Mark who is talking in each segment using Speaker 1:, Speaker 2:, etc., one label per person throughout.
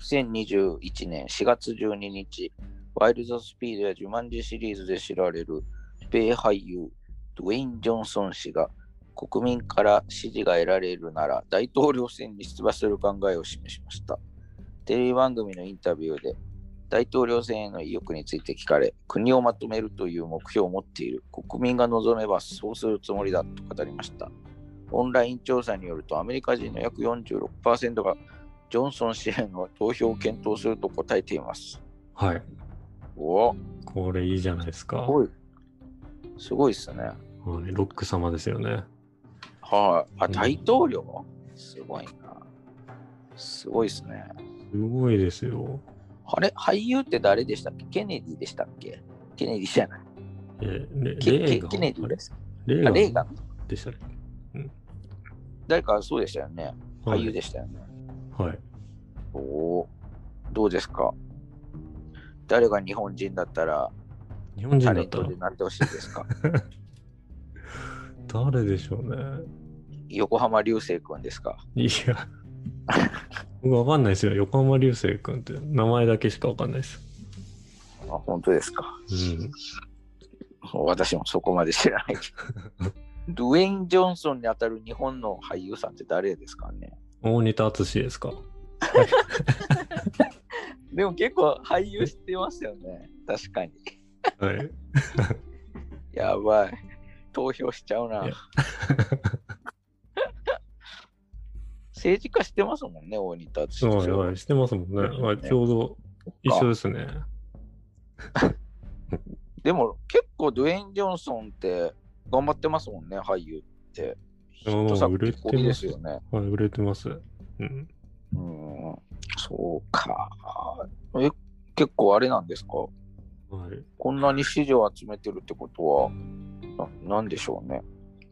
Speaker 1: 2021年4月12日、ワイルドスピードやジュマンジシリーズで知られる米俳優ドウェイン・ジョンソン氏が国民から支持が得られるなら大統領選に出馬する考えを示しました。テレビ番組のインタビューで大統領選への意欲について聞かれ、国をまとめるという目標を持っている、国民が望めばそうするつもりだと語りました。オンライン調査によると、アメリカ人の約46%がジョンソン支援の投票を検討すると答えています。
Speaker 2: はい。
Speaker 1: お
Speaker 2: これいいじゃないですか。、
Speaker 1: すごい。すごいですね。はい
Speaker 2: ロック様ですよね。
Speaker 1: はい、あ。大統領、うん、すごいな。すごいですね。
Speaker 2: すごいですよ。
Speaker 1: あれ俳優って誰でしたっけケネディでしたっけケネディじゃない。
Speaker 2: えー、レ
Speaker 1: レーガンケネディです
Speaker 2: レーガンでしたっけ、
Speaker 1: うん、誰かそうでしたよね。俳優でしたよね。
Speaker 2: はい。
Speaker 1: おおどうですか誰が日本人だったら、
Speaker 2: 日本人だった
Speaker 1: らなってほしいですか
Speaker 2: 誰でしょうね。
Speaker 1: 横浜流星君ですか
Speaker 2: いや。 僕わかんないですよ。横浜流星君って名前だけしかわかんないです。
Speaker 1: あ、本当ですか。うん。私もそこまで知らない けど。ドウェイン・ジョンソンにあたる日本の俳優さんって誰ですかね
Speaker 2: 大仁田淳ですか。
Speaker 1: でも結構俳優してますよね。確かに。
Speaker 2: はい。
Speaker 1: やばい。投票しちゃうな。 政治家してますもんね、大仁田
Speaker 2: 淳。はいはい、してますもんね。はい、ちょうど一緒ですね。
Speaker 1: でも結構ドウェイン・ジョンソンって頑張ってますもんね、俳優って。
Speaker 2: あ売れてます
Speaker 1: よね。
Speaker 2: はい、売れてます。うん。、
Speaker 1: うん、そうか。え、結構あれなんですか、はいこんなに支持を集めてるってことは、ななんでしょうね。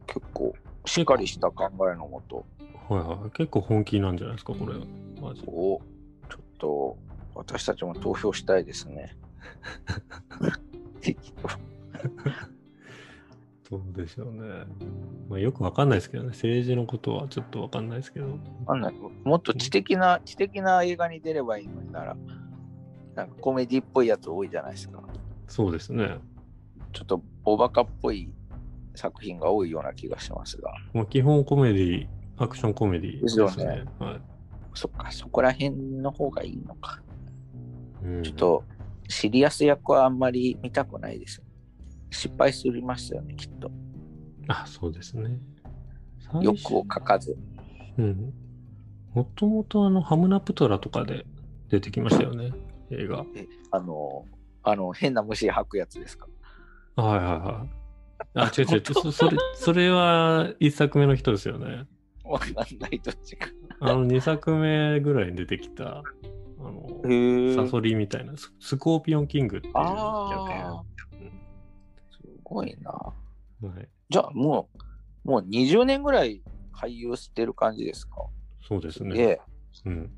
Speaker 1: 結構、しっかりした考えのもと。
Speaker 2: はいはい、結構本気なんじゃないですか、これ。
Speaker 1: マジおちょっと、私たちも投票したいですね。 適当。
Speaker 2: どうでしょうね。まあ、よくわかんないですけどね、政治のことはちょっとわかんないですけど。
Speaker 1: あんないもっと知的な、知的な映画に出ればいいのになら、なんかコメディっぽいやつ多いじゃないですか。
Speaker 2: そうですね。
Speaker 1: ちょっとおバカっぽい作品が多いような気がしますが。
Speaker 2: まあ、基本コメディアクションコメディ
Speaker 1: ですね。すね
Speaker 2: はい、
Speaker 1: そっか、そこら辺の方がいいのか。
Speaker 2: うん、
Speaker 1: ちょっと、シリアス役はあんまり見たくないです。失敗すりましたよね、きっと。
Speaker 2: あ、そうですね。
Speaker 1: 欲を書かず。
Speaker 2: うん。もともとあの、ハムナプトラとかで出てきましたよね、映画。
Speaker 1: え、あの、あの、変な虫吐くやつですか。
Speaker 2: はいはいはい。あ、違 う違う、そそれ、それは一作目の人ですよね。
Speaker 1: わかんない、どっちか。
Speaker 2: あの、2作目ぐらいに出てきた、あの、サソリみたいな、スコーピオンキングっていうキャ、
Speaker 1: ラすごいな。はいじゃあ、もう、もう20年ぐらい俳優してる感じですか
Speaker 2: そうですね。で、うん。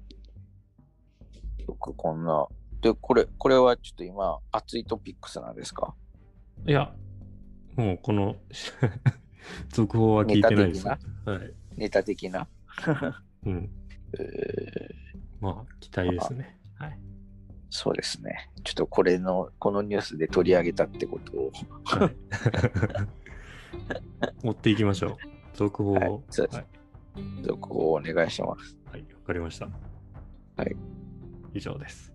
Speaker 1: よくこんな。で、これ、これはちょっと今、熱いトピックスなんですか
Speaker 2: いや、もうこの 続報は聞いてないです。はい。
Speaker 1: ネタ的な。
Speaker 2: うん。
Speaker 1: えー、
Speaker 2: まあ、期待ですね。はい。
Speaker 1: そうですね。ちょっとこれの、このニュースで取り上げたってことを。はい、
Speaker 2: 持っていきましょう。続報を。はい
Speaker 1: はい、続報をお願いします。
Speaker 2: はい、わかりました。
Speaker 1: はい。
Speaker 2: 以上です。